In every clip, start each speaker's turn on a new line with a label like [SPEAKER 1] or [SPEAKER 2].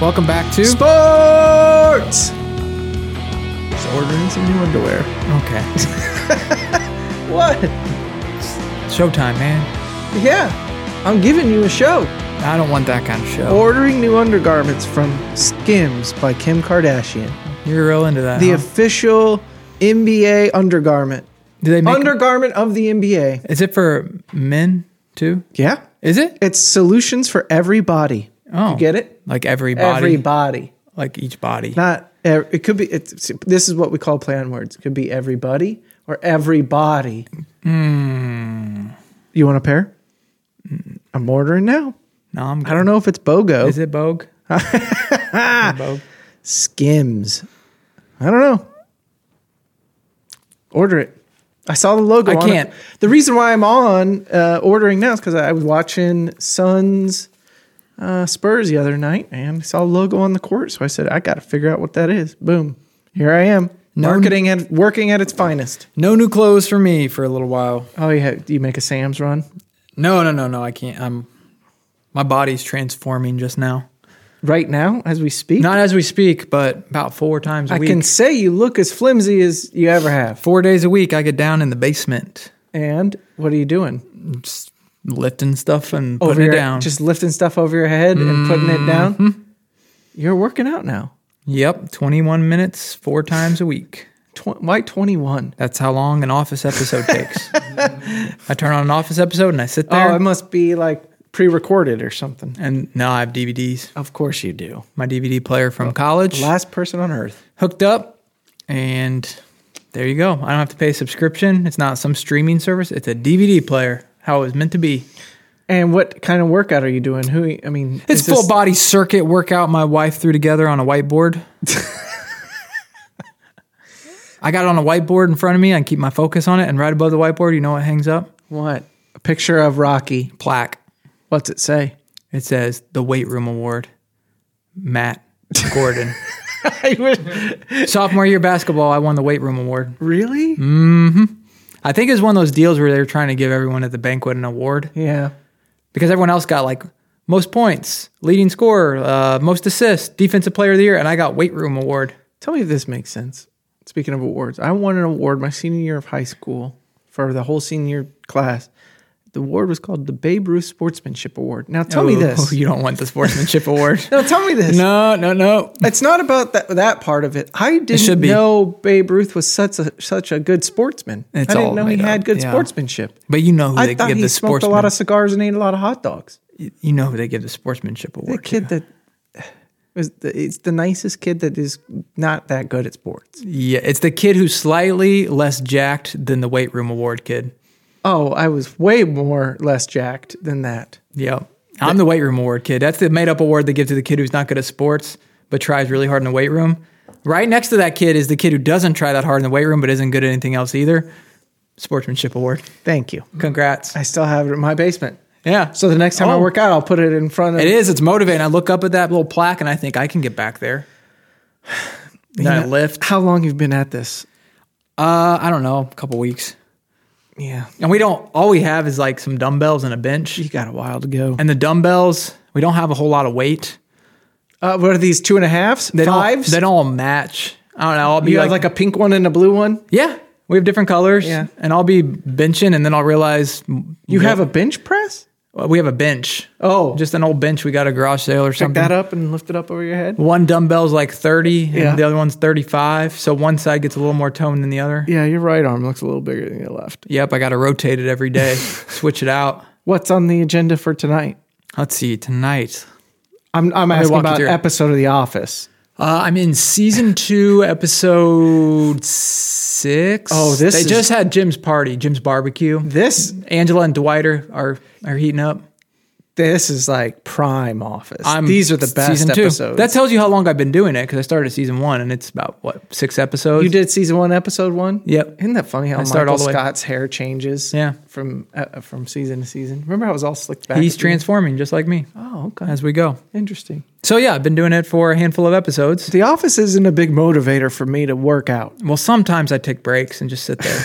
[SPEAKER 1] Welcome back to.
[SPEAKER 2] Sports! He's ordering some new underwear.
[SPEAKER 1] okay.
[SPEAKER 2] What?
[SPEAKER 1] Showtime, man.
[SPEAKER 2] Yeah. I'm giving you a show.
[SPEAKER 1] I don't want that kind of show.
[SPEAKER 2] Ordering new undergarments from Skims by Kim Kardashian.
[SPEAKER 1] You're real into that.
[SPEAKER 2] The
[SPEAKER 1] huh?
[SPEAKER 2] official NBA undergarment.
[SPEAKER 1] Do they make?
[SPEAKER 2] Undergarment of the NBA.
[SPEAKER 1] is it for men too?
[SPEAKER 2] Yeah.
[SPEAKER 1] Is it?
[SPEAKER 2] It's solutions for every body.
[SPEAKER 1] Oh,
[SPEAKER 2] You get it?
[SPEAKER 1] Like every body,
[SPEAKER 2] Every body.
[SPEAKER 1] like each body.
[SPEAKER 2] Not ev- it could be it's, this is what we call play on words. It could be everybody or everybody. You want a pair? Mm, I'm ordering now.
[SPEAKER 1] no, I'm.
[SPEAKER 2] I don't know if it's Bogo.
[SPEAKER 1] Is it Bogue? Bogue?
[SPEAKER 2] Skims. I don't know. Order it. I saw the logo.
[SPEAKER 1] I
[SPEAKER 2] on it.
[SPEAKER 1] can't.
[SPEAKER 2] The reason why I'm on uh, ordering now is because I was watching Suns uh, Spurs the other night and saw the logo on the court. So I said, I got to figure out what that is. Boom. Here I am.
[SPEAKER 1] No-
[SPEAKER 2] Marketing and working at its finest.
[SPEAKER 1] No new clothes for me for a little while.
[SPEAKER 2] Oh, yeah. Do you make a Sam's run?
[SPEAKER 1] No, no, no, no. I can't. I'm. My body's transforming just now.
[SPEAKER 2] Right now, as we speak?
[SPEAKER 1] Not as we speak, but about four times a
[SPEAKER 2] I
[SPEAKER 1] week.
[SPEAKER 2] can say you look as flimsy as you ever have.
[SPEAKER 1] four days a week, I get down in the basement,
[SPEAKER 2] And what are you doing?
[SPEAKER 1] just lifting stuff and
[SPEAKER 2] over
[SPEAKER 1] putting it
[SPEAKER 2] your, Mm-hmm.
[SPEAKER 1] down.
[SPEAKER 2] just lifting stuff over your head and putting it down. You're working out now.
[SPEAKER 1] yep, 21 minutes, four times a week.
[SPEAKER 2] Tw- why 21?
[SPEAKER 1] That's how long an office episode takes. I turn on an office episode and I sit
[SPEAKER 2] Oh,
[SPEAKER 1] there.
[SPEAKER 2] it must be like pre-recorded or something.
[SPEAKER 1] and now I have DVDs.
[SPEAKER 2] Of course you do.
[SPEAKER 1] My DVD player from college
[SPEAKER 2] Last person on earth.
[SPEAKER 1] hooked up, and there you go. I don't have to pay a subscription. It's not some streaming service. It's a DVD player. How it was meant to be.
[SPEAKER 2] And what kind of workout are you doing? Who I mean,
[SPEAKER 1] It's
[SPEAKER 2] is
[SPEAKER 1] full
[SPEAKER 2] this-
[SPEAKER 1] body circuit workout my wife threw together on a whiteboard. I got it on a whiteboard in front of me. I keep my focus on it, and right above the whiteboard, you know what hangs up?
[SPEAKER 2] what? A picture of Rocky.
[SPEAKER 1] Plaque.
[SPEAKER 2] What's it say?
[SPEAKER 1] It says the weight room award, Matt Gordon.
[SPEAKER 2] I would-
[SPEAKER 1] Sophomore year basketball, I won the weight room award.
[SPEAKER 2] really?
[SPEAKER 1] I think it's one of those deals where they were trying to give everyone at the banquet an award
[SPEAKER 2] Yeah.
[SPEAKER 1] because everyone else got like most points, leading scorer, uh, most assists, defensive player of the year, and I got weight room award.
[SPEAKER 2] Tell me if this makes sense. Speaking of awards, I won an award my senior year of high school for the whole senior class. The award was called the Babe Ruth Sportsmanship Award. Now tell me
[SPEAKER 1] Oh,
[SPEAKER 2] this.
[SPEAKER 1] You don't want the sportsmanship award.
[SPEAKER 2] No, tell me this.
[SPEAKER 1] No, no, no.
[SPEAKER 2] It's not about that that part of it. I didn't
[SPEAKER 1] should be.
[SPEAKER 2] know Babe Ruth was such a such a good sportsman.
[SPEAKER 1] It's
[SPEAKER 2] I didn't
[SPEAKER 1] all
[SPEAKER 2] know he
[SPEAKER 1] made
[SPEAKER 2] had
[SPEAKER 1] up,
[SPEAKER 2] good
[SPEAKER 1] yeah.
[SPEAKER 2] sportsmanship.
[SPEAKER 1] But you know who
[SPEAKER 2] I
[SPEAKER 1] they
[SPEAKER 2] thought
[SPEAKER 1] give
[SPEAKER 2] he
[SPEAKER 1] the
[SPEAKER 2] smoked
[SPEAKER 1] sportsman.
[SPEAKER 2] a lot of cigars and ate a lot of hot dogs.
[SPEAKER 1] you know who they give the sportsmanship
[SPEAKER 2] The
[SPEAKER 1] award.
[SPEAKER 2] kid
[SPEAKER 1] to.
[SPEAKER 2] that was the, it's the nicest kid that is not that good at sports.
[SPEAKER 1] Yeah, it's the kid who's slightly less jacked than the weight room award kid.
[SPEAKER 2] Oh, I was way more less jacked than that.
[SPEAKER 1] Yep. I'm the weight room award kid. That's the made up award they give to the kid who's not good at sports but tries really hard in the weight room. Right next to that kid is the kid who doesn't try that hard in the weight room but isn't good at anything else either. Sportsmanship award.
[SPEAKER 2] Thank you.
[SPEAKER 1] Congrats.
[SPEAKER 2] I still have it in my basement.
[SPEAKER 1] Yeah.
[SPEAKER 2] So the next time I
[SPEAKER 1] Oh.
[SPEAKER 2] work out, I'll put it in front of.
[SPEAKER 1] It is. It's motivating. I look up at that little plaque and I think I can get back there. Then I lift.
[SPEAKER 2] How long you've been at this?
[SPEAKER 1] Uh, I don't know, a couple weeks.
[SPEAKER 2] Yeah,
[SPEAKER 1] And we don't, all we have is like some dumbbells and a bench.
[SPEAKER 2] you got a while to go.
[SPEAKER 1] And the dumbbells, we don't have a whole lot of weight.
[SPEAKER 2] Uh, what are these two and a halves?
[SPEAKER 1] They
[SPEAKER 2] Fives?
[SPEAKER 1] Don't, they don't all match. I don't know. I'll be
[SPEAKER 2] you
[SPEAKER 1] like,
[SPEAKER 2] have like a pink one and a blue one.
[SPEAKER 1] yeah, we have different colors.
[SPEAKER 2] Yeah.
[SPEAKER 1] And I'll be benching and then I'll realize uh,
[SPEAKER 2] You have a bench press?
[SPEAKER 1] we have a bench.
[SPEAKER 2] Oh, just
[SPEAKER 1] Just an old bench we got at a garage sale or
[SPEAKER 2] pick
[SPEAKER 1] something.
[SPEAKER 2] that up and lift it up over your head.
[SPEAKER 1] One dumbbell's like 30
[SPEAKER 2] Yeah.
[SPEAKER 1] and the other one's 35. So one side gets a little more tone than the other.
[SPEAKER 2] Yeah, your right arm looks a little bigger than your left.
[SPEAKER 1] Yep, I got to rotate it every day, switch it out.
[SPEAKER 2] What's on the agenda for tonight?
[SPEAKER 1] Let's see, tonight.
[SPEAKER 2] I'm I'm
[SPEAKER 1] me
[SPEAKER 2] asking
[SPEAKER 1] walk you
[SPEAKER 2] about
[SPEAKER 1] through.
[SPEAKER 2] episode of The Office.
[SPEAKER 1] Uh, I'm in season two, episode six.
[SPEAKER 2] Oh, this
[SPEAKER 1] They
[SPEAKER 2] is-
[SPEAKER 1] just had Jim's party, Jim's barbecue.
[SPEAKER 2] This
[SPEAKER 1] Angela and Dwight are, are are heating up.
[SPEAKER 2] this is like prime Office.
[SPEAKER 1] I'm
[SPEAKER 2] These are the best
[SPEAKER 1] season two.
[SPEAKER 2] episodes.
[SPEAKER 1] That tells you how long I've been doing it because I started season one and it's about what six episodes.
[SPEAKER 2] you did season one, episode one.
[SPEAKER 1] Yep.
[SPEAKER 2] Isn't that funny how
[SPEAKER 1] start
[SPEAKER 2] Michael
[SPEAKER 1] all the way-
[SPEAKER 2] Scott's hair changes?
[SPEAKER 1] Yeah.
[SPEAKER 2] from uh, from season to season. Remember, how it was all slicked back.
[SPEAKER 1] He's
[SPEAKER 2] at the beginning?
[SPEAKER 1] transforming just like me
[SPEAKER 2] Oh, okay.
[SPEAKER 1] as we go.
[SPEAKER 2] Interesting.
[SPEAKER 1] So yeah, I've been doing it for a handful of episodes.
[SPEAKER 2] The Office isn't a big motivator for me to work out.
[SPEAKER 1] Well, sometimes I take breaks and just sit there.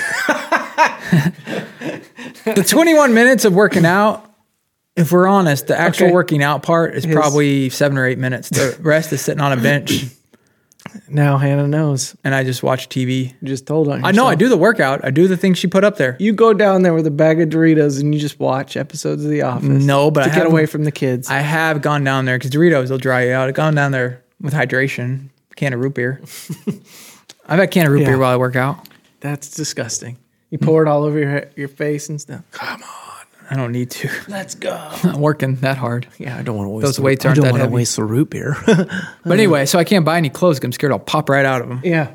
[SPEAKER 1] the 21 minutes of working out if we're honest, the actual
[SPEAKER 2] Okay.
[SPEAKER 1] working out part is
[SPEAKER 2] His-
[SPEAKER 1] probably seven or eight minutes. The rest is sitting on a bench,
[SPEAKER 2] Now Hannah knows.
[SPEAKER 1] and I just watch TV.
[SPEAKER 2] You just told on
[SPEAKER 1] I know I
[SPEAKER 2] yourself.
[SPEAKER 1] do the workout. I do the things she put up there.
[SPEAKER 2] You go down there with a bag of Doritos and you just watch episodes of The Office.
[SPEAKER 1] No, but
[SPEAKER 2] to
[SPEAKER 1] I
[SPEAKER 2] get
[SPEAKER 1] haven't-
[SPEAKER 2] away from the kids.
[SPEAKER 1] I have gone down there because Doritos will dry you out. I've gone down there with hydration, can of root beer. I've had a can of root
[SPEAKER 2] Yeah.
[SPEAKER 1] beer while I work out.
[SPEAKER 2] That's disgusting. You pour it all over your your face and stuff. Come on,
[SPEAKER 1] I don't need to.
[SPEAKER 2] let's go.
[SPEAKER 1] I'm not working that hard.
[SPEAKER 2] Yeah, I don't want to waste
[SPEAKER 1] Those
[SPEAKER 2] the-
[SPEAKER 1] weights
[SPEAKER 2] I
[SPEAKER 1] aren't
[SPEAKER 2] don't
[SPEAKER 1] that
[SPEAKER 2] wanna
[SPEAKER 1] heavy.
[SPEAKER 2] waste the root beer. Mm.
[SPEAKER 1] But anyway, so I can't buy any clothes. 'cause I'm scared I'll pop right out of them.
[SPEAKER 2] yeah.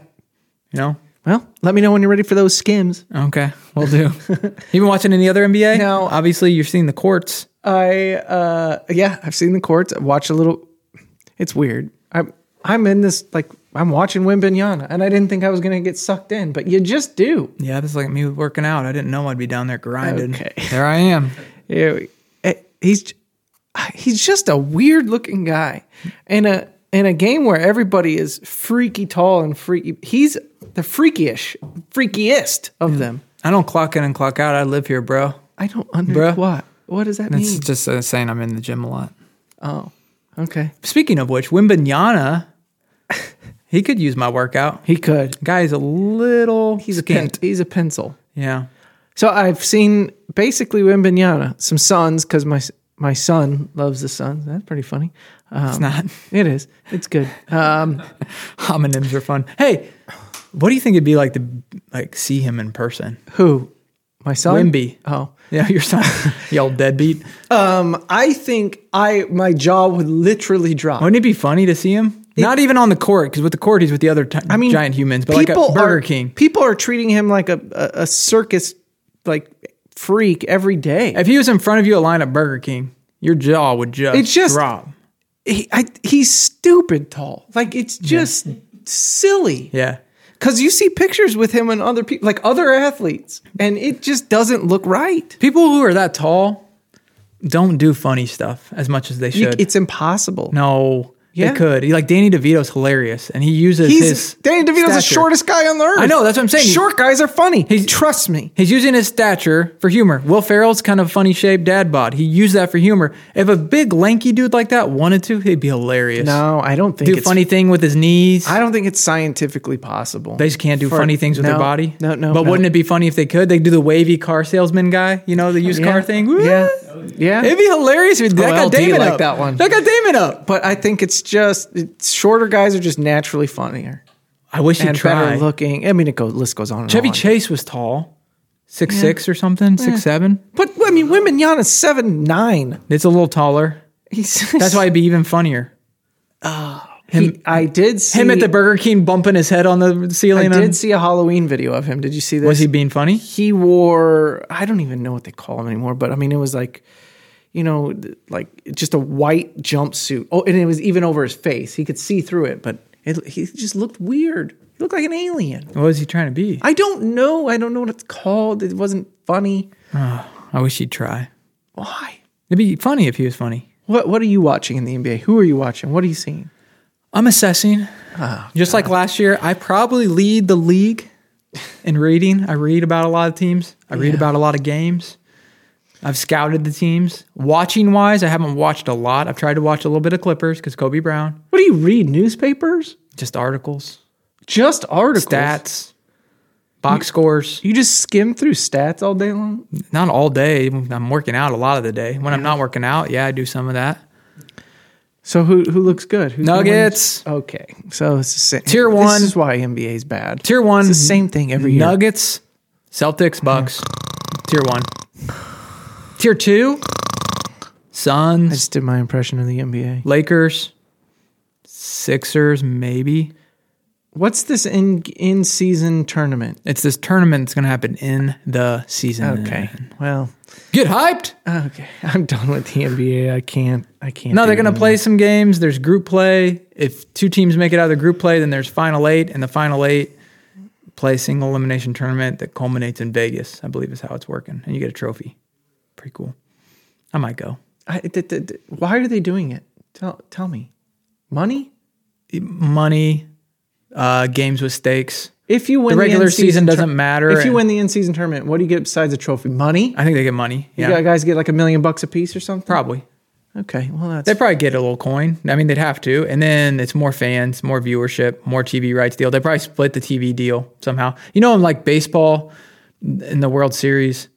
[SPEAKER 1] You know?
[SPEAKER 2] Well, let me know when you're ready for those skims.
[SPEAKER 1] Okay, we'll do. you been watching any other NBA?
[SPEAKER 2] No.
[SPEAKER 1] Obviously, you're seeing the courts.
[SPEAKER 2] I uh yeah, I've seen the courts. I've watched a little it's weird. I'm I'm in this like I'm watching Wimbignana and I didn't think I was gonna get sucked in, but you just do.
[SPEAKER 1] Yeah, that's like me working out. I didn't know I'd be down there grinding.
[SPEAKER 2] Okay.
[SPEAKER 1] There I am.
[SPEAKER 2] Yeah, eh, he's he's just a weird looking guy in a in a game where everybody is freaky tall and freaky. He's the freakish, freakiest of them.
[SPEAKER 1] I don't clock in and clock out. I live here, bro.
[SPEAKER 2] I don't understand
[SPEAKER 1] Bruh.
[SPEAKER 2] what what does that
[SPEAKER 1] It's
[SPEAKER 2] mean.
[SPEAKER 1] just uh, saying I'm in the gym a lot.
[SPEAKER 2] Oh, okay,
[SPEAKER 1] Speaking of which, Wimbanyana, he could use my workout.
[SPEAKER 2] he could.
[SPEAKER 1] Guy's a little.
[SPEAKER 2] He's a pen,
[SPEAKER 1] skint.
[SPEAKER 2] he's a pencil.
[SPEAKER 1] Yeah.
[SPEAKER 2] So I've seen basically Wimbignana, some Suns because my my son loves the Suns. That's pretty funny.
[SPEAKER 1] It's
[SPEAKER 2] Um,
[SPEAKER 1] not.
[SPEAKER 2] it is. It's good. Um,
[SPEAKER 1] Homonyms are fun. Hey, what do you think it'd be like to like see him in person?
[SPEAKER 2] who? My son.
[SPEAKER 1] Wimby.
[SPEAKER 2] Oh.
[SPEAKER 1] Yeah, your son, you old deadbeat.
[SPEAKER 2] Um, I think I my jaw would literally drop.
[SPEAKER 1] Wouldn't it be funny to see him? Not even on the court, because with the court he's with the other ti-
[SPEAKER 2] I mean,
[SPEAKER 1] giant humans, but like a Burger
[SPEAKER 2] are,
[SPEAKER 1] King.
[SPEAKER 2] People are treating him like a, a, a circus like freak every day.
[SPEAKER 1] If he was in front of you a line at Burger King, your jaw would just,
[SPEAKER 2] It's just-
[SPEAKER 1] drop.
[SPEAKER 2] He, I, he's stupid tall. Like it's just silly.
[SPEAKER 1] Yeah.
[SPEAKER 2] Cause you see pictures with him and other people, like other athletes, and it just doesn't look right.
[SPEAKER 1] People who are that tall don't do funny stuff as much as they
[SPEAKER 2] You-
[SPEAKER 1] should.
[SPEAKER 2] it's impossible.
[SPEAKER 1] no,
[SPEAKER 2] Yeah.
[SPEAKER 1] they could. He, like Danny DeVito's hilarious, and he uses
[SPEAKER 2] he's
[SPEAKER 1] his
[SPEAKER 2] Danny DeVito's the
[SPEAKER 1] stature.
[SPEAKER 2] shortest guy on the earth.
[SPEAKER 1] I know, that's what I'm saying.
[SPEAKER 2] Short guys are funny. Trust me.
[SPEAKER 1] He's using his stature for humor. Will Ferrell's kind of funny shaped dad bod. He used that for humor. If a big lanky dude like that wanted to, he'd be hilarious.
[SPEAKER 2] No, I don't think
[SPEAKER 1] do
[SPEAKER 2] it's
[SPEAKER 1] funny thing with his knees.
[SPEAKER 2] I don't think it's scientifically possible.
[SPEAKER 1] They just can't do
[SPEAKER 2] For-
[SPEAKER 1] funny things with
[SPEAKER 2] no,
[SPEAKER 1] their body.
[SPEAKER 2] no, no,
[SPEAKER 1] But
[SPEAKER 2] no.
[SPEAKER 1] wouldn't it be funny if they could? They do the wavy car salesman guy, you know, the used
[SPEAKER 2] Yeah.
[SPEAKER 1] car thing. Woo!
[SPEAKER 2] Yeah, yeah.
[SPEAKER 1] It'd be hilarious if that got
[SPEAKER 2] LD
[SPEAKER 1] Damon
[SPEAKER 2] like
[SPEAKER 1] up.
[SPEAKER 2] that one.
[SPEAKER 1] That got Damon up.
[SPEAKER 2] but I think it's just it's, shorter guys are just naturally funnier
[SPEAKER 1] I wish he'd
[SPEAKER 2] and better
[SPEAKER 1] try.
[SPEAKER 2] looking. I mean, it goes list goes on. And
[SPEAKER 1] Chevy
[SPEAKER 2] on.
[SPEAKER 1] Chase was tall, six six or something, six seven.
[SPEAKER 2] but I mean, women Giannis seven nine.
[SPEAKER 1] It's a little taller.
[SPEAKER 2] He's
[SPEAKER 1] That's why it'd be even funnier.
[SPEAKER 2] he, I did see
[SPEAKER 1] Him at the Burger King bumping his head on the
[SPEAKER 2] I
[SPEAKER 1] ceiling. on-
[SPEAKER 2] did see a Halloween video of him. Did you see this?
[SPEAKER 1] was he being funny?
[SPEAKER 2] He wore I don't even know what they call him anymore, but I mean, it was like. You know, th- like just a white jumpsuit. Oh, and it was even over his face. He could see through it, but it, he just looked weird. He looked like an alien.
[SPEAKER 1] What was he trying to be?
[SPEAKER 2] I don't know. I don't know what it's called. It wasn't funny.
[SPEAKER 1] I wish he'd try.
[SPEAKER 2] Why?
[SPEAKER 1] It'd be funny if he was funny.
[SPEAKER 2] What What are you watching in the NBA? Who are you watching? What are you seeing?
[SPEAKER 1] I'm assessing.
[SPEAKER 2] Oh,
[SPEAKER 1] Just like last year, I probably lead the league in reading. I read about a lot of teams. I read about a lot of games. I've scouted the teams. Watching wise, I haven't watched a lot. I've tried to watch a little bit of Clippers because Kobe Brown,
[SPEAKER 2] What do you read? Newspapers?
[SPEAKER 1] just articles,
[SPEAKER 2] Just articles?
[SPEAKER 1] stats, box scores.
[SPEAKER 2] You just skim through stats all day long?
[SPEAKER 1] Not all day. I'm working out a lot of the day. When I'm not working out, yeah, I do some of that.
[SPEAKER 2] So who who looks good? Who's gonna win?
[SPEAKER 1] Nuggets.
[SPEAKER 2] Okay, so it's the same.
[SPEAKER 1] Tier
[SPEAKER 2] This
[SPEAKER 1] one.
[SPEAKER 2] is why NBA is bad.
[SPEAKER 1] Tier one.
[SPEAKER 2] It's the same thing every year.
[SPEAKER 1] Nuggets, Celtics, Bucks. Tier one. Tier two.
[SPEAKER 2] I
[SPEAKER 1] Suns,
[SPEAKER 2] just did my impression of the NBA.
[SPEAKER 1] Lakers, Sixers, maybe.
[SPEAKER 2] What's this in in season tournament?
[SPEAKER 1] It's this tournament that's going to happen in the season.
[SPEAKER 2] Okay, well,
[SPEAKER 1] Get hyped.
[SPEAKER 2] okay. I'm done with the NBA. I can't. I can't.
[SPEAKER 1] No,
[SPEAKER 2] do
[SPEAKER 1] they're
[SPEAKER 2] it
[SPEAKER 1] going to
[SPEAKER 2] anymore.
[SPEAKER 1] play some games. There's group play. If two teams make it out of the group play, then there's final eight, and the final eight play single elimination tournament that culminates in Vegas. I believe is how it's working, and you get a trophy. Pretty cool. I might go.
[SPEAKER 2] I, th- th- th- why are they doing it? Tell tell me. Money?
[SPEAKER 1] money, uh, games with stakes.
[SPEAKER 2] If you win
[SPEAKER 1] The regular
[SPEAKER 2] in-season
[SPEAKER 1] season doesn't
[SPEAKER 2] tour-
[SPEAKER 1] matter.
[SPEAKER 2] If you
[SPEAKER 1] and
[SPEAKER 2] win the in-season tournament, what do you get besides a trophy? Money?
[SPEAKER 1] I think they get money.
[SPEAKER 2] You
[SPEAKER 1] Yeah,
[SPEAKER 2] got- guys get like a million bucks a piece or something.
[SPEAKER 1] probably.
[SPEAKER 2] Okay, well that's
[SPEAKER 1] They probably get a little coin. I mean, they'd have to. And then it's more fans, more viewership, more TV rights deal. They probably split the TV deal somehow. You know, in like baseball in the World Series,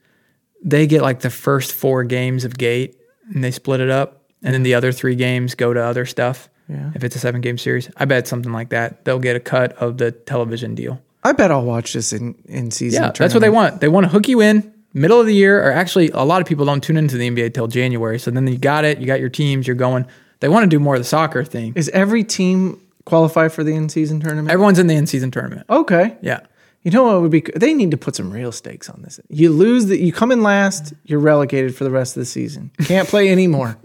[SPEAKER 1] they get like the first four games of gate and they split it up. And then the other three games go to other stuff.
[SPEAKER 2] Yeah.
[SPEAKER 1] If it's a seven game series, I bet something like that. They'll get a cut of the television deal.
[SPEAKER 2] I bet I'll watch this in in season.
[SPEAKER 1] Yeah, that's what they want. They want to hook you in middle of the year, or actually, a lot of people don't tune into the NBA till January. So then you got it, you got your teams, you're going. They want to do more of the soccer thing.
[SPEAKER 2] Is every team qualified for the in-season tournament?
[SPEAKER 1] Everyone's in the in-season tournament.
[SPEAKER 2] okay.
[SPEAKER 1] Yeah,
[SPEAKER 2] You know what would be? They need to put some real stakes on this. You lose the, you come in last, you're relegated for the rest of the season. Can't play anymore.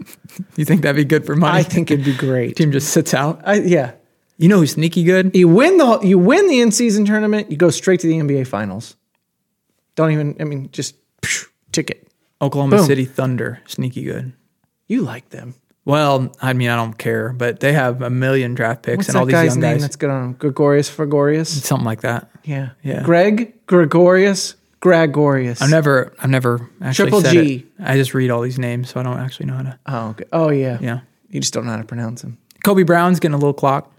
[SPEAKER 1] you think that'd be good for money?
[SPEAKER 2] I think it'd be great.
[SPEAKER 1] team just sits out.
[SPEAKER 2] I, yeah,
[SPEAKER 1] You know who's sneaky good?
[SPEAKER 2] you win the you win the in season tournament, you go straight to the NBA finals. Don't even. I mean, just psh, ticket.
[SPEAKER 1] Oklahoma
[SPEAKER 2] Boom.
[SPEAKER 1] City Thunder, sneaky good.
[SPEAKER 2] You like them.
[SPEAKER 1] Well, I mean, I don't care, but they have a million draft picks
[SPEAKER 2] What's
[SPEAKER 1] and all
[SPEAKER 2] that
[SPEAKER 1] these
[SPEAKER 2] guy's
[SPEAKER 1] young
[SPEAKER 2] name
[SPEAKER 1] guys.
[SPEAKER 2] that's good on him? Gregorius Gregorius.
[SPEAKER 1] Something like that.
[SPEAKER 2] Yeah,
[SPEAKER 1] Yeah.
[SPEAKER 2] Greg Gregorius Gregorius.
[SPEAKER 1] I've never, I've never actually
[SPEAKER 2] Triple
[SPEAKER 1] said
[SPEAKER 2] G.
[SPEAKER 1] it. I just read all these names, so I don't actually know how to.
[SPEAKER 2] oh, okay. oh yeah.
[SPEAKER 1] Yeah,
[SPEAKER 2] You just don't know how to pronounce him.
[SPEAKER 1] Kobe Brown's getting a little clock.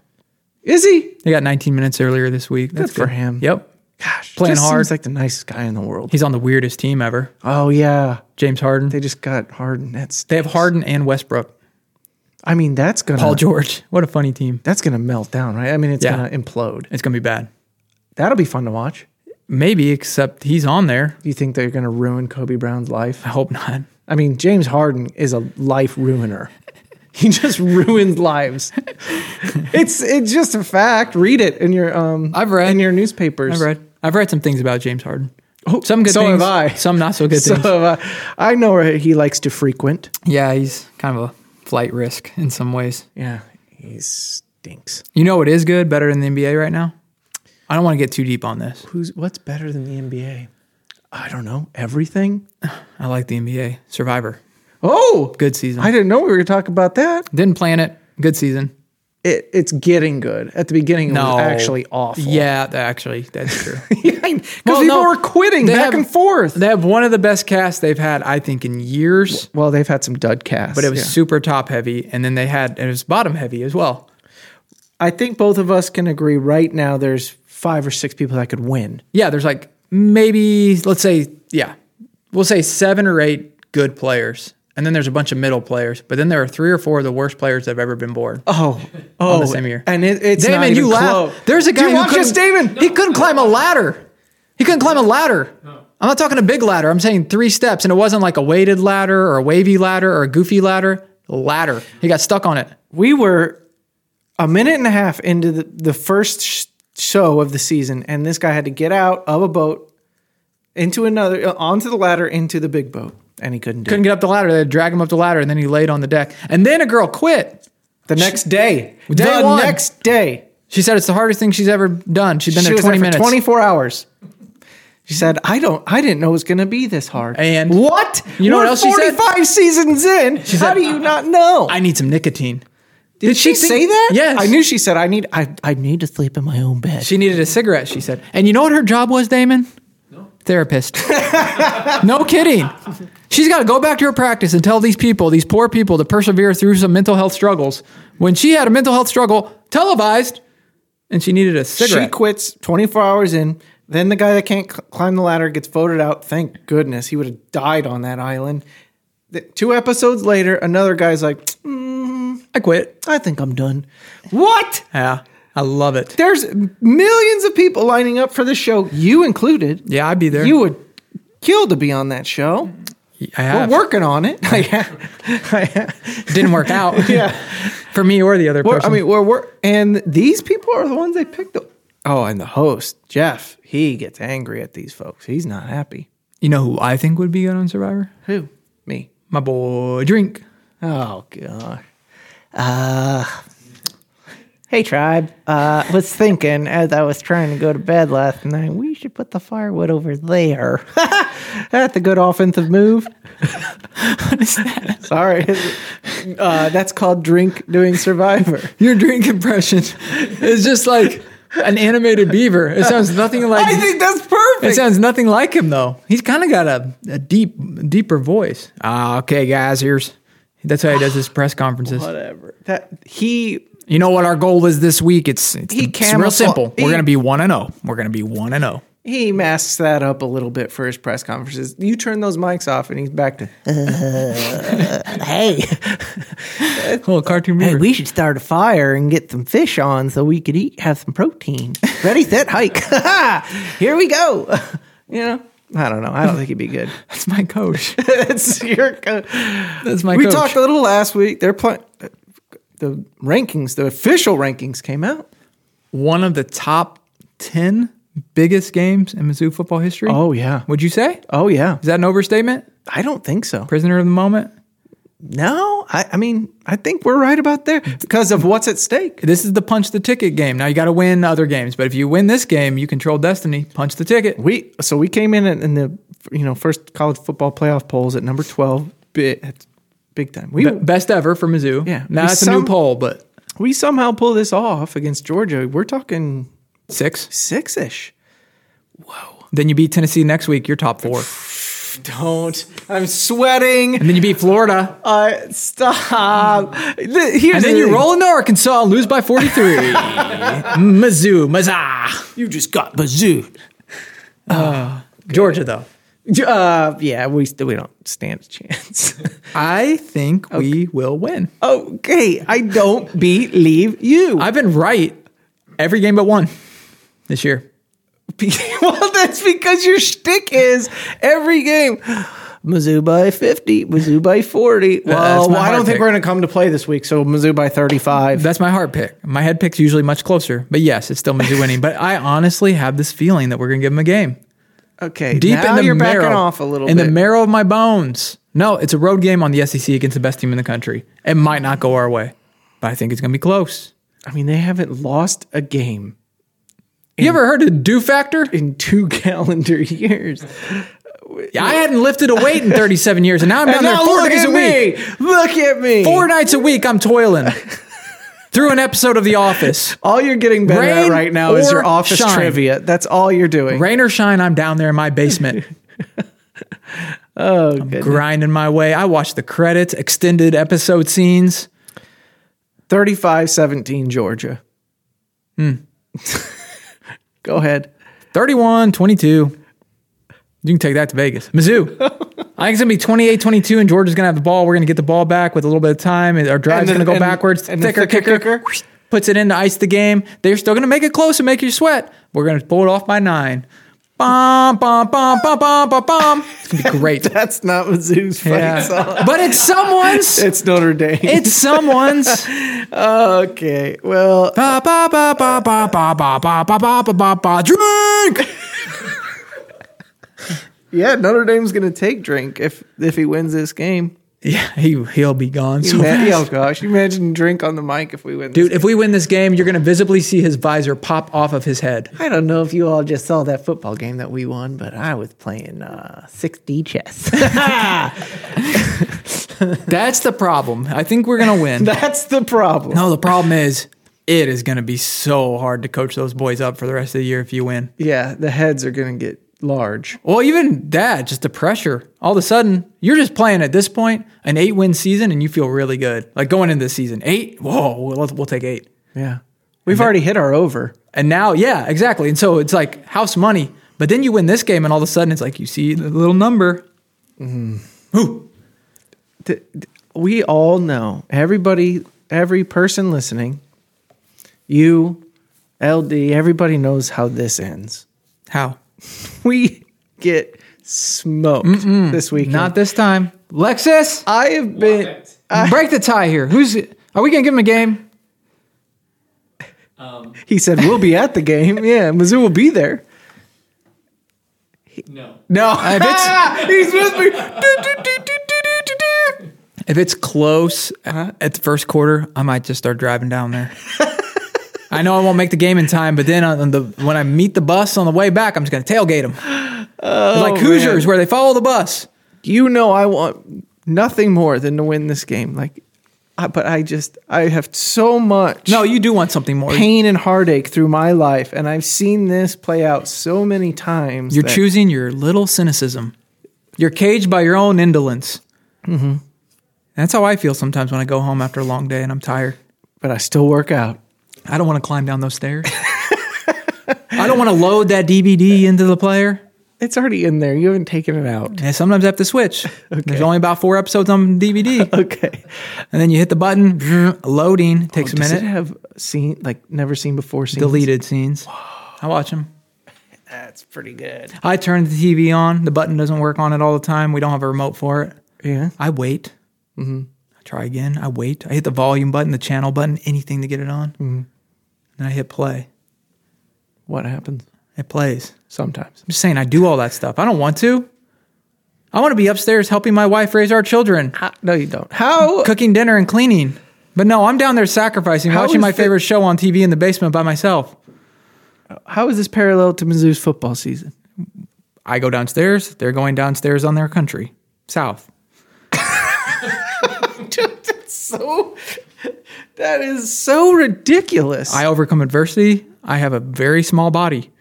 [SPEAKER 2] Is he?
[SPEAKER 1] They got 19 minutes earlier this week. That's
[SPEAKER 2] for him.
[SPEAKER 1] Yep.
[SPEAKER 2] Gosh,
[SPEAKER 1] Playing
[SPEAKER 2] just
[SPEAKER 1] hard.
[SPEAKER 2] Seems like the nicest guy in the world.
[SPEAKER 1] He's on the weirdest team ever.
[SPEAKER 2] Oh yeah.
[SPEAKER 1] James Harden.
[SPEAKER 2] They
[SPEAKER 1] They,
[SPEAKER 2] just got Harden. That's
[SPEAKER 1] have Harden and Westbrook.
[SPEAKER 2] I mean, that's gonna
[SPEAKER 1] Paul George. What a funny team.
[SPEAKER 2] that's gonna melt down, right? I mean, it's
[SPEAKER 1] Yeah.
[SPEAKER 2] gonna implode.
[SPEAKER 1] It's going to be bad.
[SPEAKER 2] That'll be fun to watch.
[SPEAKER 1] Maybe, except he's on there.
[SPEAKER 2] Do you think they're gonna ruin Kobe Brown's life?
[SPEAKER 1] I hope not.
[SPEAKER 2] I mean, James Harden is a life ruiner. he just ruins lives. it's it's just a fact. Read it in your um.
[SPEAKER 1] I've read.
[SPEAKER 2] in your newspapers.
[SPEAKER 1] I've read. I've read some things about James Harden. some good
[SPEAKER 2] Oh, so have
[SPEAKER 1] things.
[SPEAKER 2] I.
[SPEAKER 1] Some not so good
[SPEAKER 2] So
[SPEAKER 1] things.
[SPEAKER 2] uh, I know where he likes to frequent.
[SPEAKER 1] Yeah, he's kind of a flight risk in some ways.
[SPEAKER 2] Yeah, he stinks.
[SPEAKER 1] You know what is good, better than the NBA right now? I don't want to get too deep on this.
[SPEAKER 2] Who's what's better than the NBA? I don't know. Everything.
[SPEAKER 1] I like the NBA. Survivor.
[SPEAKER 2] Oh,
[SPEAKER 1] Good season.
[SPEAKER 2] I didn't know we were going to talk about that.
[SPEAKER 1] Didn't plan it. Good season.
[SPEAKER 2] It, it's getting good. At the beginning, it
[SPEAKER 1] No.
[SPEAKER 2] was actually awful.
[SPEAKER 1] Yeah, that- actually, that's true.
[SPEAKER 2] because
[SPEAKER 1] Well,
[SPEAKER 2] people
[SPEAKER 1] no,
[SPEAKER 2] were quitting
[SPEAKER 1] they
[SPEAKER 2] back
[SPEAKER 1] have-
[SPEAKER 2] and forth.
[SPEAKER 1] They have one of the best casts they've had, I think, in years.
[SPEAKER 2] Well, they've had some dud casts,
[SPEAKER 1] But it was super top heavy, and then they had and it was bottom heavy as well.
[SPEAKER 2] I think both of us can agree right now. There's five or six people that could win.
[SPEAKER 1] Yeah, there's like maybe let's say yeah, we'll say seven or eight good players, and then there's a bunch of middle players. But then there are three or four of the worst players that have ever been born.
[SPEAKER 2] Oh, oh,
[SPEAKER 1] same year.
[SPEAKER 2] and it, it's
[SPEAKER 1] Damon,
[SPEAKER 2] not even
[SPEAKER 1] you
[SPEAKER 2] close.
[SPEAKER 1] laugh. There's a
[SPEAKER 2] Do
[SPEAKER 1] guy
[SPEAKER 2] you
[SPEAKER 1] who
[SPEAKER 2] watch this,
[SPEAKER 1] couldn't,
[SPEAKER 2] Damon.
[SPEAKER 1] He couldn't climb a ladder. He couldn't climb a ladder. I'm not talking a big ladder. I'm saying three steps, and it wasn't like a weighted ladder or a wavy ladder or a goofy ladder. Ladder. He got stuck on it.
[SPEAKER 2] we were a minute and a half into the, the first sh- show of the season, and this guy had to get out of a boat into another, uh, onto the ladder, into the big boat, and he couldn't do
[SPEAKER 1] Couldn't get up the ladder. They dragged him up the ladder, and then he laid on the deck. And then a girl quit.
[SPEAKER 2] it. The next day,
[SPEAKER 1] Day
[SPEAKER 2] the
[SPEAKER 1] one.
[SPEAKER 2] next day,
[SPEAKER 1] She said it's the hardest thing she's ever done. She's been
[SPEAKER 2] she
[SPEAKER 1] there
[SPEAKER 2] was
[SPEAKER 1] 20
[SPEAKER 2] there for
[SPEAKER 1] minutes.
[SPEAKER 2] twenty four hours. She said, "I don't, I didn't know it was going to be this hard."
[SPEAKER 1] And-
[SPEAKER 2] what?
[SPEAKER 1] You know
[SPEAKER 2] We're
[SPEAKER 1] what else she said?
[SPEAKER 2] Forty-five seasons in. How
[SPEAKER 1] said,
[SPEAKER 2] do you not know?
[SPEAKER 1] I need some nicotine.
[SPEAKER 2] Did, she,
[SPEAKER 1] think-
[SPEAKER 2] say that?
[SPEAKER 1] Yes.
[SPEAKER 2] I knew she said, "I need, I, I need to sleep in my own bed."
[SPEAKER 1] She needed a cigarette, she said. And you know what her job was, Damon? No. Therapist. no kidding. She's got to go back to her practice and tell these people, these poor people, to persevere through some mental health struggles. When she had a mental health struggle, televised, and she needed a
[SPEAKER 2] She
[SPEAKER 1] cigarette.
[SPEAKER 2] quits 24 hours in. Then the guy that can't cl- climb the ladder gets voted out. Thank goodness. He would have died on that island. Th- two episodes later, another guy's like, "Mm,
[SPEAKER 1] I quit.
[SPEAKER 2] I think I'm done. What?
[SPEAKER 1] Yeah, I love it.
[SPEAKER 2] There's millions of people lining up for this show, you included.
[SPEAKER 1] Yeah, I'd be there.
[SPEAKER 2] You would kill to be on that show.
[SPEAKER 1] I
[SPEAKER 2] We're
[SPEAKER 1] have.
[SPEAKER 2] working on it. yeah.
[SPEAKER 1] Didn't work out.
[SPEAKER 2] yeah.
[SPEAKER 1] For me or the other
[SPEAKER 2] We're-
[SPEAKER 1] person.
[SPEAKER 2] I mean, we're, we're, and these people are the ones they picked. up. Oh, and the host, Jeff, he gets angry at these folks. He's not happy.
[SPEAKER 1] you know who I think would be good on Survivor?
[SPEAKER 2] Who? Me.
[SPEAKER 1] My boy, Drink.
[SPEAKER 2] Oh god. Uh Hey tribe. Uh was thinking as I was trying to go to bed last night, we should put the firewood over there. that's a good offensive move. Sorry. Uh that's called drink doing survivor.
[SPEAKER 1] Your drink impression is just like An animated beaver. It sounds nothing like.
[SPEAKER 3] I think that's
[SPEAKER 1] It
[SPEAKER 3] perfect.
[SPEAKER 1] sounds nothing like him though. He's kind of got a, a deep, deeper voice. Ah, okay, guys, here's. That's how he does his press conferences.
[SPEAKER 2] Whatever. That
[SPEAKER 3] he
[SPEAKER 1] You know what our goal is this week? It's it's,
[SPEAKER 3] He
[SPEAKER 1] it's real
[SPEAKER 3] camoufla-
[SPEAKER 1] simple.
[SPEAKER 3] he-
[SPEAKER 1] We're gonna be one and zero. We're gonna be one and oh. zero.
[SPEAKER 2] he masks that up a little bit for his press conferences. You turn those mics off, and he's back to
[SPEAKER 3] hey
[SPEAKER 1] Little cartoon
[SPEAKER 3] hey
[SPEAKER 1] beaver.
[SPEAKER 3] we should start a fire and get some fish on so we could eat have some protein. Ready set hike. Here we go.
[SPEAKER 2] you know. I don't know. I don't think he'd be good.
[SPEAKER 1] That's my coach.
[SPEAKER 2] It's your co-
[SPEAKER 1] That's my
[SPEAKER 2] we
[SPEAKER 1] coach.
[SPEAKER 2] talked a little last week. They're playing the rankings. The official rankings came out.
[SPEAKER 1] one of the top ten biggest games in Mizzou football history.
[SPEAKER 2] yeah.
[SPEAKER 1] would you say?
[SPEAKER 2] Oh yeah.
[SPEAKER 1] Is that an overstatement?
[SPEAKER 2] I don't think so.
[SPEAKER 1] Prisoner of the moment.
[SPEAKER 2] No, I, I mean I think we're right about there because of what's at stake.
[SPEAKER 1] This is the punch the ticket game. Now you got to win other games, but if you win this game, you control destiny. Punch the ticket.
[SPEAKER 2] We so we came in in the you know first college football playoff polls at number twelve. Bit that's big time. We
[SPEAKER 1] Be- best ever for Mizzou.
[SPEAKER 2] Yeah.
[SPEAKER 1] Now
[SPEAKER 2] We
[SPEAKER 1] it's a
[SPEAKER 2] some-
[SPEAKER 1] new poll, but
[SPEAKER 2] we somehow pull this off against Georgia. We're talking
[SPEAKER 1] six.
[SPEAKER 2] six ish.
[SPEAKER 1] Then you beat Tennessee next week. You're top four,
[SPEAKER 2] Don't. I'm sweating.
[SPEAKER 1] and then you beat Florida,
[SPEAKER 2] Uh, stop. The- here's
[SPEAKER 1] and then
[SPEAKER 2] the
[SPEAKER 1] you
[SPEAKER 2] thing.
[SPEAKER 1] roll into Arkansas and lose by 43. Mizzou, Mazza,
[SPEAKER 3] You just got bazooed.
[SPEAKER 1] Georgia though.
[SPEAKER 2] Uh, yeah, we still we don't stand a chance.
[SPEAKER 1] I think we will win.
[SPEAKER 2] okay, I don't believe you.
[SPEAKER 1] I've been right every game but one this year.
[SPEAKER 2] well, that's because your shtick is every game. Mizzou by 50, Mizzou by 40.
[SPEAKER 1] that's
[SPEAKER 2] Well,
[SPEAKER 1] my
[SPEAKER 2] I
[SPEAKER 1] hard
[SPEAKER 2] don't think
[SPEAKER 1] pick.
[SPEAKER 2] we're going to come to play this week, so Mizzou by 35.
[SPEAKER 1] That's my heart pick. My head pick's usually much closer, but yes, it's still Mizzou winning. But I honestly have this feeling that we're gonna give them a game.
[SPEAKER 2] okay,
[SPEAKER 1] deep
[SPEAKER 2] now
[SPEAKER 1] in the
[SPEAKER 2] you're
[SPEAKER 1] marrow,
[SPEAKER 2] backing off a little
[SPEAKER 1] in
[SPEAKER 2] bit.
[SPEAKER 1] the marrow of my bones. No, it's a road game on the SEC against the best team in the country. It might not go our way, but I think it's going to be close.
[SPEAKER 2] I mean, they haven't lost a game
[SPEAKER 1] You ever heard of do factor?
[SPEAKER 2] in two calendar years.
[SPEAKER 1] Yeah, I hadn't lifted a weight in 37 years, and now I'm down there four days a week.
[SPEAKER 2] Look at me.
[SPEAKER 1] Four nights a week, I'm toiling through an episode of The Office.
[SPEAKER 2] All you're getting better at
[SPEAKER 1] Rain
[SPEAKER 2] right now is
[SPEAKER 1] or
[SPEAKER 2] your office
[SPEAKER 1] shine.
[SPEAKER 2] trivia. That's all you're doing.
[SPEAKER 1] Rain or shine, I'm down there in my basement
[SPEAKER 2] Oh, good.
[SPEAKER 1] grinding my way. I watch the credits, extended episode scenes.
[SPEAKER 2] 35 17 Georgia.
[SPEAKER 1] Hmm.
[SPEAKER 2] Go ahead.
[SPEAKER 1] 31 22. You can take that to Vegas. Mizzou. I think it's going to be 28 22, and Georgia's going to have the ball. We're going to get the ball back with a little bit of time. and Our drive's
[SPEAKER 2] the-
[SPEAKER 1] going to go
[SPEAKER 2] and-
[SPEAKER 1] backwards.
[SPEAKER 2] and the
[SPEAKER 1] thicker,
[SPEAKER 2] thicker
[SPEAKER 1] kicker.
[SPEAKER 2] kicker.
[SPEAKER 1] Puts it in to ice the game. They're still going to make it close and make you sweat. We're going to pull it off by nine. Bom, bom, bom, bom, bom, bom, bom. It's going to be great.
[SPEAKER 2] That's not Mizzou's fight
[SPEAKER 1] Yeah.
[SPEAKER 2] song.
[SPEAKER 1] But it's someone's.
[SPEAKER 2] It's Notre Dame.
[SPEAKER 1] It's someone's.
[SPEAKER 2] okay. Well,
[SPEAKER 1] Ba, ba, ba, ba, ba, ba, ba, ba, ba, ba, ba, ba, ba. Drink!
[SPEAKER 2] yeah, Notre Dame's going to take drink if if he wins this game.
[SPEAKER 1] Yeah, he, he'll be gone. So
[SPEAKER 2] Man, oh gosh, you imagine drink on the mic if we win.
[SPEAKER 1] Dude, if we win this game, you're going to visibly see his visor pop off of his head.
[SPEAKER 3] I don't know if you all just saw that football game that we won, but I was playing uh, 6D chess.
[SPEAKER 1] That's the problem. I think we're going to win.
[SPEAKER 2] that's the problem.
[SPEAKER 1] no, the problem is it is going to be so hard to coach those boys up for the rest of the year if you win.
[SPEAKER 2] Yeah, the heads are going to get large.
[SPEAKER 1] Well, even that, just the pressure. All of a sudden, you're just playing at this point an eight win season and you feel really good. Like going into this season, eight? Whoa, we'll, we'll take eight.
[SPEAKER 2] Yeah, we've already hit our over.
[SPEAKER 1] And now, yeah, exactly. And so it's like house money. But then you win this game and all of a sudden it's like you see the little number.
[SPEAKER 2] th- th- we all know everybody every person listening you ld everybody knows how this ends
[SPEAKER 1] How?
[SPEAKER 2] we get smoked this weekend
[SPEAKER 1] Not this time. Uh. Lexus!
[SPEAKER 2] i have been
[SPEAKER 1] Break the tie here. Who's are we gonna give him a game?
[SPEAKER 2] he said we'll be at the game yeah mizzou will be there
[SPEAKER 4] No.
[SPEAKER 2] no
[SPEAKER 1] Uh, if
[SPEAKER 2] he's with me Do, do, do, do, do, do, do, do.
[SPEAKER 1] If it's close uh, at the first quarter, I might just start driving down there. I know I won't make the game in time, but then on the when I meet the bus on the way back, I'm just gonna tailgate them. like Hoosiers, where they follow the bus.
[SPEAKER 2] you know i want nothing more than to win this game like I, but I just I have so much
[SPEAKER 1] No, you do want something more.
[SPEAKER 2] pain and heartache through my life, and I've seen this play out so many times.
[SPEAKER 1] You're
[SPEAKER 2] that-
[SPEAKER 1] choosing your little cynicism. You're caged by your own indolence. Mm-hmm. That's how I feel sometimes when I go home after a long day and I'm tired.
[SPEAKER 2] but I still work out.
[SPEAKER 1] I don't want to climb down those stairs. I don't want to load that DVD into the player.
[SPEAKER 2] It's already in there. You haven't taken it out.
[SPEAKER 1] And sometimes I have to switch. There's only about four episodes on DVD.
[SPEAKER 2] Okay.
[SPEAKER 1] And then you hit the button, loading, takes a
[SPEAKER 2] Does
[SPEAKER 1] minute.
[SPEAKER 2] it have seen like never seen before scenes?
[SPEAKER 1] Deleted scenes. I watch them.
[SPEAKER 2] That's pretty good.
[SPEAKER 1] I turn the TV on. The button doesn't work on it all the time. We don't have a remote for it.
[SPEAKER 2] Yeah.
[SPEAKER 1] I wait.
[SPEAKER 2] Mm-hmm.
[SPEAKER 1] I try again. I wait. I hit the volume button, the channel button, anything to get it on. Mm-hmm. And I hit play.
[SPEAKER 2] What happens
[SPEAKER 1] It plays.
[SPEAKER 2] sometimes?
[SPEAKER 1] I'm just saying, I do all that stuff. I don't want to. I want to be upstairs helping my wife raise our children,
[SPEAKER 2] How, no, you don't. How
[SPEAKER 1] cooking dinner and cleaning. But no, I'm down there sacrificing,
[SPEAKER 2] How
[SPEAKER 1] watching
[SPEAKER 2] is
[SPEAKER 1] my
[SPEAKER 2] the-
[SPEAKER 1] favorite show on TV in the basement by myself.
[SPEAKER 2] how is this parallel to Mizzou's football season?
[SPEAKER 1] I go downstairs. They're going downstairs on their country, south.
[SPEAKER 2] So that is so ridiculous.
[SPEAKER 1] I overcome adversity. I have a very small body.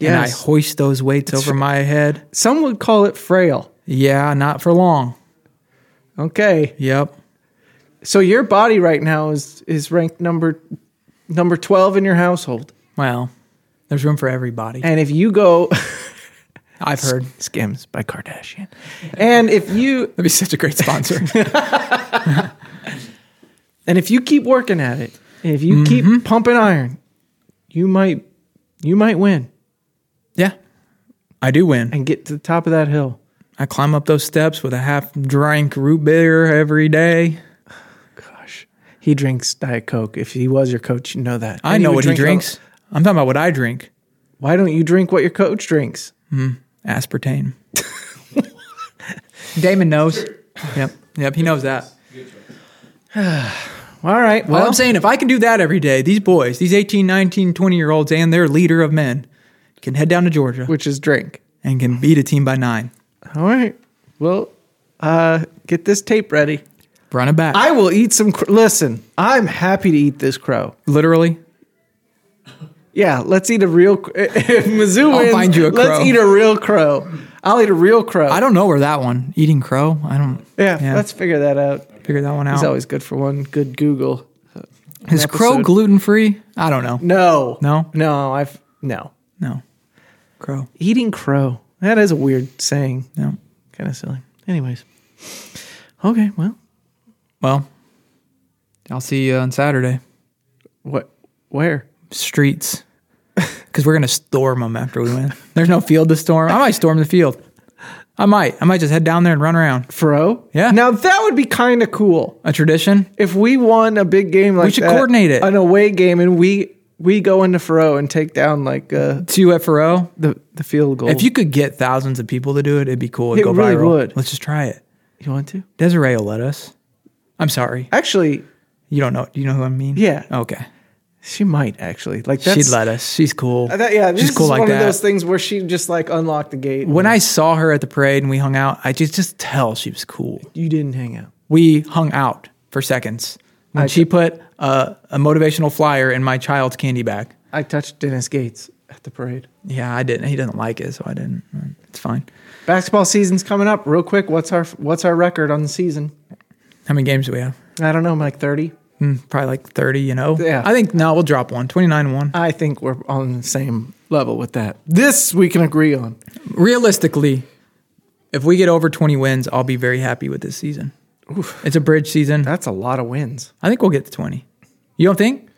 [SPEAKER 1] And I
[SPEAKER 2] Yes.
[SPEAKER 1] hoist those weights over my head.
[SPEAKER 2] Some would call it frail.
[SPEAKER 1] Yeah, not for long.
[SPEAKER 2] Okay.
[SPEAKER 1] Yep.
[SPEAKER 2] So your body right now is is ranked number number 12 in your household.
[SPEAKER 1] Well, there's room for everybody.
[SPEAKER 2] And if you go
[SPEAKER 1] I've heard.
[SPEAKER 2] Skims by Kardashian. And if you
[SPEAKER 1] That'd be such a great sponsor.
[SPEAKER 2] and if you keep working at it, and if you keep pumping iron, you might you might win
[SPEAKER 1] yeah. I do win.
[SPEAKER 2] and get to the top of that hill.
[SPEAKER 1] I climb up those steps with a half drink root beer every day.
[SPEAKER 2] Gosh. He drinks Diet Coke. If he was your coach, you know that.
[SPEAKER 1] I
[SPEAKER 2] And
[SPEAKER 1] know
[SPEAKER 2] would
[SPEAKER 1] what he
[SPEAKER 2] drink a-
[SPEAKER 1] drinks. I'm talking about what I drink.
[SPEAKER 2] Why don't you drink what your coach drinks?
[SPEAKER 1] Aspartame. Damon knows. Yep. Yep. He knows that.
[SPEAKER 2] All right.
[SPEAKER 1] All
[SPEAKER 2] Well,
[SPEAKER 1] I'm saying, if I can do that every day, these boys, these 18, 19, 20 year olds, and their leader of men can head down to Georgia
[SPEAKER 2] which is drink.
[SPEAKER 1] and can beat a team by nine.
[SPEAKER 2] All right. Well, uh, get this tape ready.
[SPEAKER 1] Run it back.
[SPEAKER 2] I will eat some. Cr- Listen, I'm happy to eat this crow.
[SPEAKER 1] Literally.
[SPEAKER 2] Yeah, let's eat a real. Cr- if Mizzou
[SPEAKER 1] I'll
[SPEAKER 2] wins,
[SPEAKER 1] find you a
[SPEAKER 2] let's
[SPEAKER 1] crow.
[SPEAKER 2] eat a real crow. I'll eat a real crow.
[SPEAKER 1] I don't know where that one. Eating crow. I don't.
[SPEAKER 2] yeah,
[SPEAKER 1] yeah.
[SPEAKER 2] let's figure that out.
[SPEAKER 1] figure that one out.
[SPEAKER 2] It's always good for one good Google.
[SPEAKER 1] Is crow
[SPEAKER 2] episode.
[SPEAKER 1] gluten free? I don't know.
[SPEAKER 2] No,
[SPEAKER 1] No?
[SPEAKER 2] no. I've no
[SPEAKER 1] No. Crow.
[SPEAKER 2] eating crow. That is a weird saying.
[SPEAKER 1] No.
[SPEAKER 2] Kind of silly. Anyways, okay. Well,
[SPEAKER 1] Well, I'll see you on Saturday.
[SPEAKER 2] what? Where?
[SPEAKER 1] Streets. Because we're going to storm them after we win. There's no field to storm. I might storm the field. I might. I might just head down there and run around.
[SPEAKER 2] Fro?
[SPEAKER 1] Yeah.
[SPEAKER 2] Now that would be kind of cool.
[SPEAKER 1] A tradition?
[SPEAKER 2] if we won a big game like
[SPEAKER 1] should
[SPEAKER 2] that,
[SPEAKER 1] coordinate it.
[SPEAKER 2] an away game, and we we go into Faro and take down like uh,
[SPEAKER 1] Two FRO?
[SPEAKER 2] the the field goal.
[SPEAKER 1] If you could get thousands of people to do it, it'd be cool. It'd
[SPEAKER 2] Oh. It
[SPEAKER 1] go
[SPEAKER 2] really
[SPEAKER 1] viral.
[SPEAKER 2] would.
[SPEAKER 1] Let's just try it.
[SPEAKER 2] you want to,
[SPEAKER 1] Desiree will let us. I'm sorry.
[SPEAKER 2] actually,
[SPEAKER 1] You don't know. You know who I mean?
[SPEAKER 2] Yeah.
[SPEAKER 1] Okay.
[SPEAKER 2] she might actually like that's Uh,
[SPEAKER 1] She'd let us. She's cool.
[SPEAKER 2] that, yeah. This
[SPEAKER 1] She's cool
[SPEAKER 2] is
[SPEAKER 1] like
[SPEAKER 2] one
[SPEAKER 1] that.
[SPEAKER 2] of those things where she just like unlocked the gate.
[SPEAKER 1] when I saw her at the parade and we hung out, I just just tell she was cool.
[SPEAKER 2] you didn't hang out,
[SPEAKER 1] We hung out for seconds. When she put a, a motivational flyer in my child's candy bag.
[SPEAKER 2] I touched Dennis Gates at the parade.
[SPEAKER 1] Yeah, I didn't. He doesn't like it, so I didn't. It's fine.
[SPEAKER 2] Basketball season's coming up real quick. What's our what's our record on the season?
[SPEAKER 1] How many games do we have?
[SPEAKER 2] I don't know, I'm like thirty.
[SPEAKER 1] Hmm, probably like 30, you know?
[SPEAKER 2] Yeah.
[SPEAKER 1] I think, no, we'll drop one. 29 1.
[SPEAKER 2] I think we're on the same level with that. This we can agree on.
[SPEAKER 1] realistically, if we get over 20 wins, I'll be very happy with this season. It's a bridge season.
[SPEAKER 2] That's a lot of wins.
[SPEAKER 1] I think we'll get to 20. You don't think?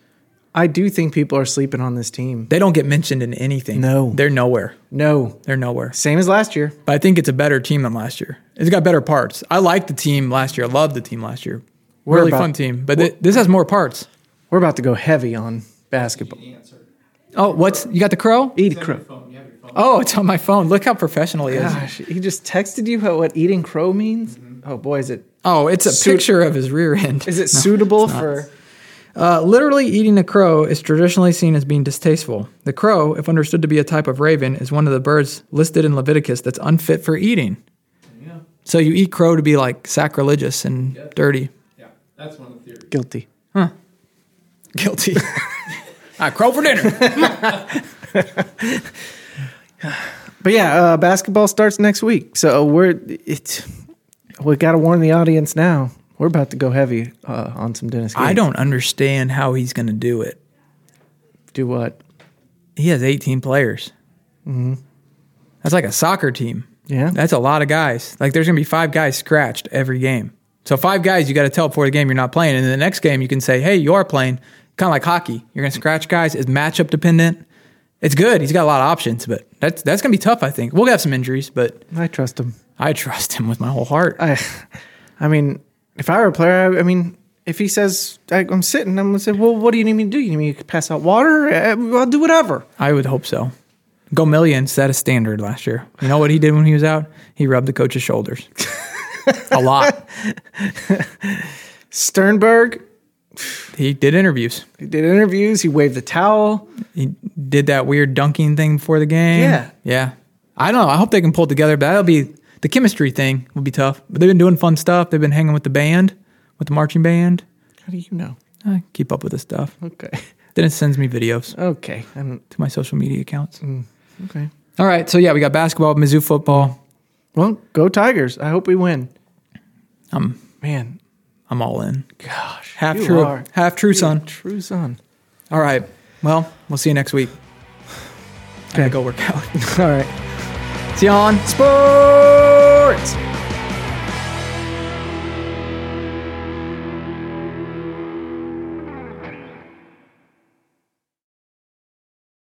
[SPEAKER 2] I do think people are sleeping on this team.
[SPEAKER 1] They don't get mentioned in anything.
[SPEAKER 2] No.
[SPEAKER 1] They're nowhere.
[SPEAKER 2] No,
[SPEAKER 1] They're nowhere.
[SPEAKER 2] Same as last year.
[SPEAKER 1] But I think it's a better team than last year. It's got better parts. I liked the team last year. I loved the team last year.
[SPEAKER 2] We're
[SPEAKER 1] really
[SPEAKER 2] about-
[SPEAKER 1] fun team. But thi- this has more parts.
[SPEAKER 2] We're about to go heavy on basketball.
[SPEAKER 1] Oh, what's you got the crow?
[SPEAKER 2] Eat crow.
[SPEAKER 1] Oh, it's on my phone. Look how professional he is.
[SPEAKER 2] Gosh, he just texted you how, what eating crow means. Oh boy, is it
[SPEAKER 1] Oh, it's a
[SPEAKER 2] Suit-
[SPEAKER 1] picture of his rear end.
[SPEAKER 2] is it suitable for?
[SPEAKER 1] Uh, literally, eating a crow is traditionally seen as being distasteful. The crow, if understood to be a type of raven, is one of the birds listed in Leviticus that's unfit for eating. So you eat crow to be like sacrilegious and dirty.
[SPEAKER 4] That's one of the theories.
[SPEAKER 2] Guilty.
[SPEAKER 1] Guilty. I crow for dinner.
[SPEAKER 2] But yeah, uh, basketball starts next week, so we're it's we got to warn the audience now. We're about to go heavy uh, on some Dennis. Gates.
[SPEAKER 1] I don't understand how he's going to do it.
[SPEAKER 2] do what.
[SPEAKER 1] He has 18 players. That's like a soccer team.
[SPEAKER 2] Yeah.
[SPEAKER 1] That's a lot of guys. Like there's going to be five guys scratched every game. So five guys you got to tell before the game you're not playing. And in the next game you can say, hey, you are playing. Kind of like hockey. You're going to scratch guys. It's matchup dependent. It's good. He's got a lot of options, but that's that's going to be tough, I think. We'll have some injuries, but
[SPEAKER 2] I trust him.
[SPEAKER 1] I trust him with my whole heart.
[SPEAKER 2] I, I mean, if I were a player, I, I mean, if he says I, I'm sitting, I'm gonna say, well, what do you need me to do? You need me to pass out water? I, I'll do whatever.
[SPEAKER 1] I would hope so. Gomillion set a standard last year. You know what he did when he was out? He rubbed the coach's shoulders. a lot.
[SPEAKER 2] Sternberg,
[SPEAKER 1] He did interviews.
[SPEAKER 2] he did interviews. He waved the towel.
[SPEAKER 1] He did that weird dunking thing before the game.
[SPEAKER 2] Yeah.
[SPEAKER 1] Yeah. I don't know. I hope they can pull it together, but that'll be the chemistry thing will be tough. But they've been doing fun stuff. They've been hanging with the band, with the marching band.
[SPEAKER 2] How do you know?
[SPEAKER 1] I keep up with this stuff.
[SPEAKER 2] Okay,
[SPEAKER 1] Dennis sends me videos
[SPEAKER 2] okay, I'm,
[SPEAKER 1] to my social media accounts.
[SPEAKER 2] okay.
[SPEAKER 1] All right. So, yeah, we got basketball, Mizzou football.
[SPEAKER 2] Well, go Tigers. I hope we win.
[SPEAKER 1] I'm,
[SPEAKER 2] Man,
[SPEAKER 1] I'm all in.
[SPEAKER 2] gosh,
[SPEAKER 1] Half
[SPEAKER 2] you
[SPEAKER 1] true.
[SPEAKER 2] are.
[SPEAKER 1] Half true, son.
[SPEAKER 2] True son.
[SPEAKER 1] All right. Well, we'll see you next week. I gotta go work out.
[SPEAKER 2] All right.
[SPEAKER 1] see y'all on.
[SPEAKER 2] Sports.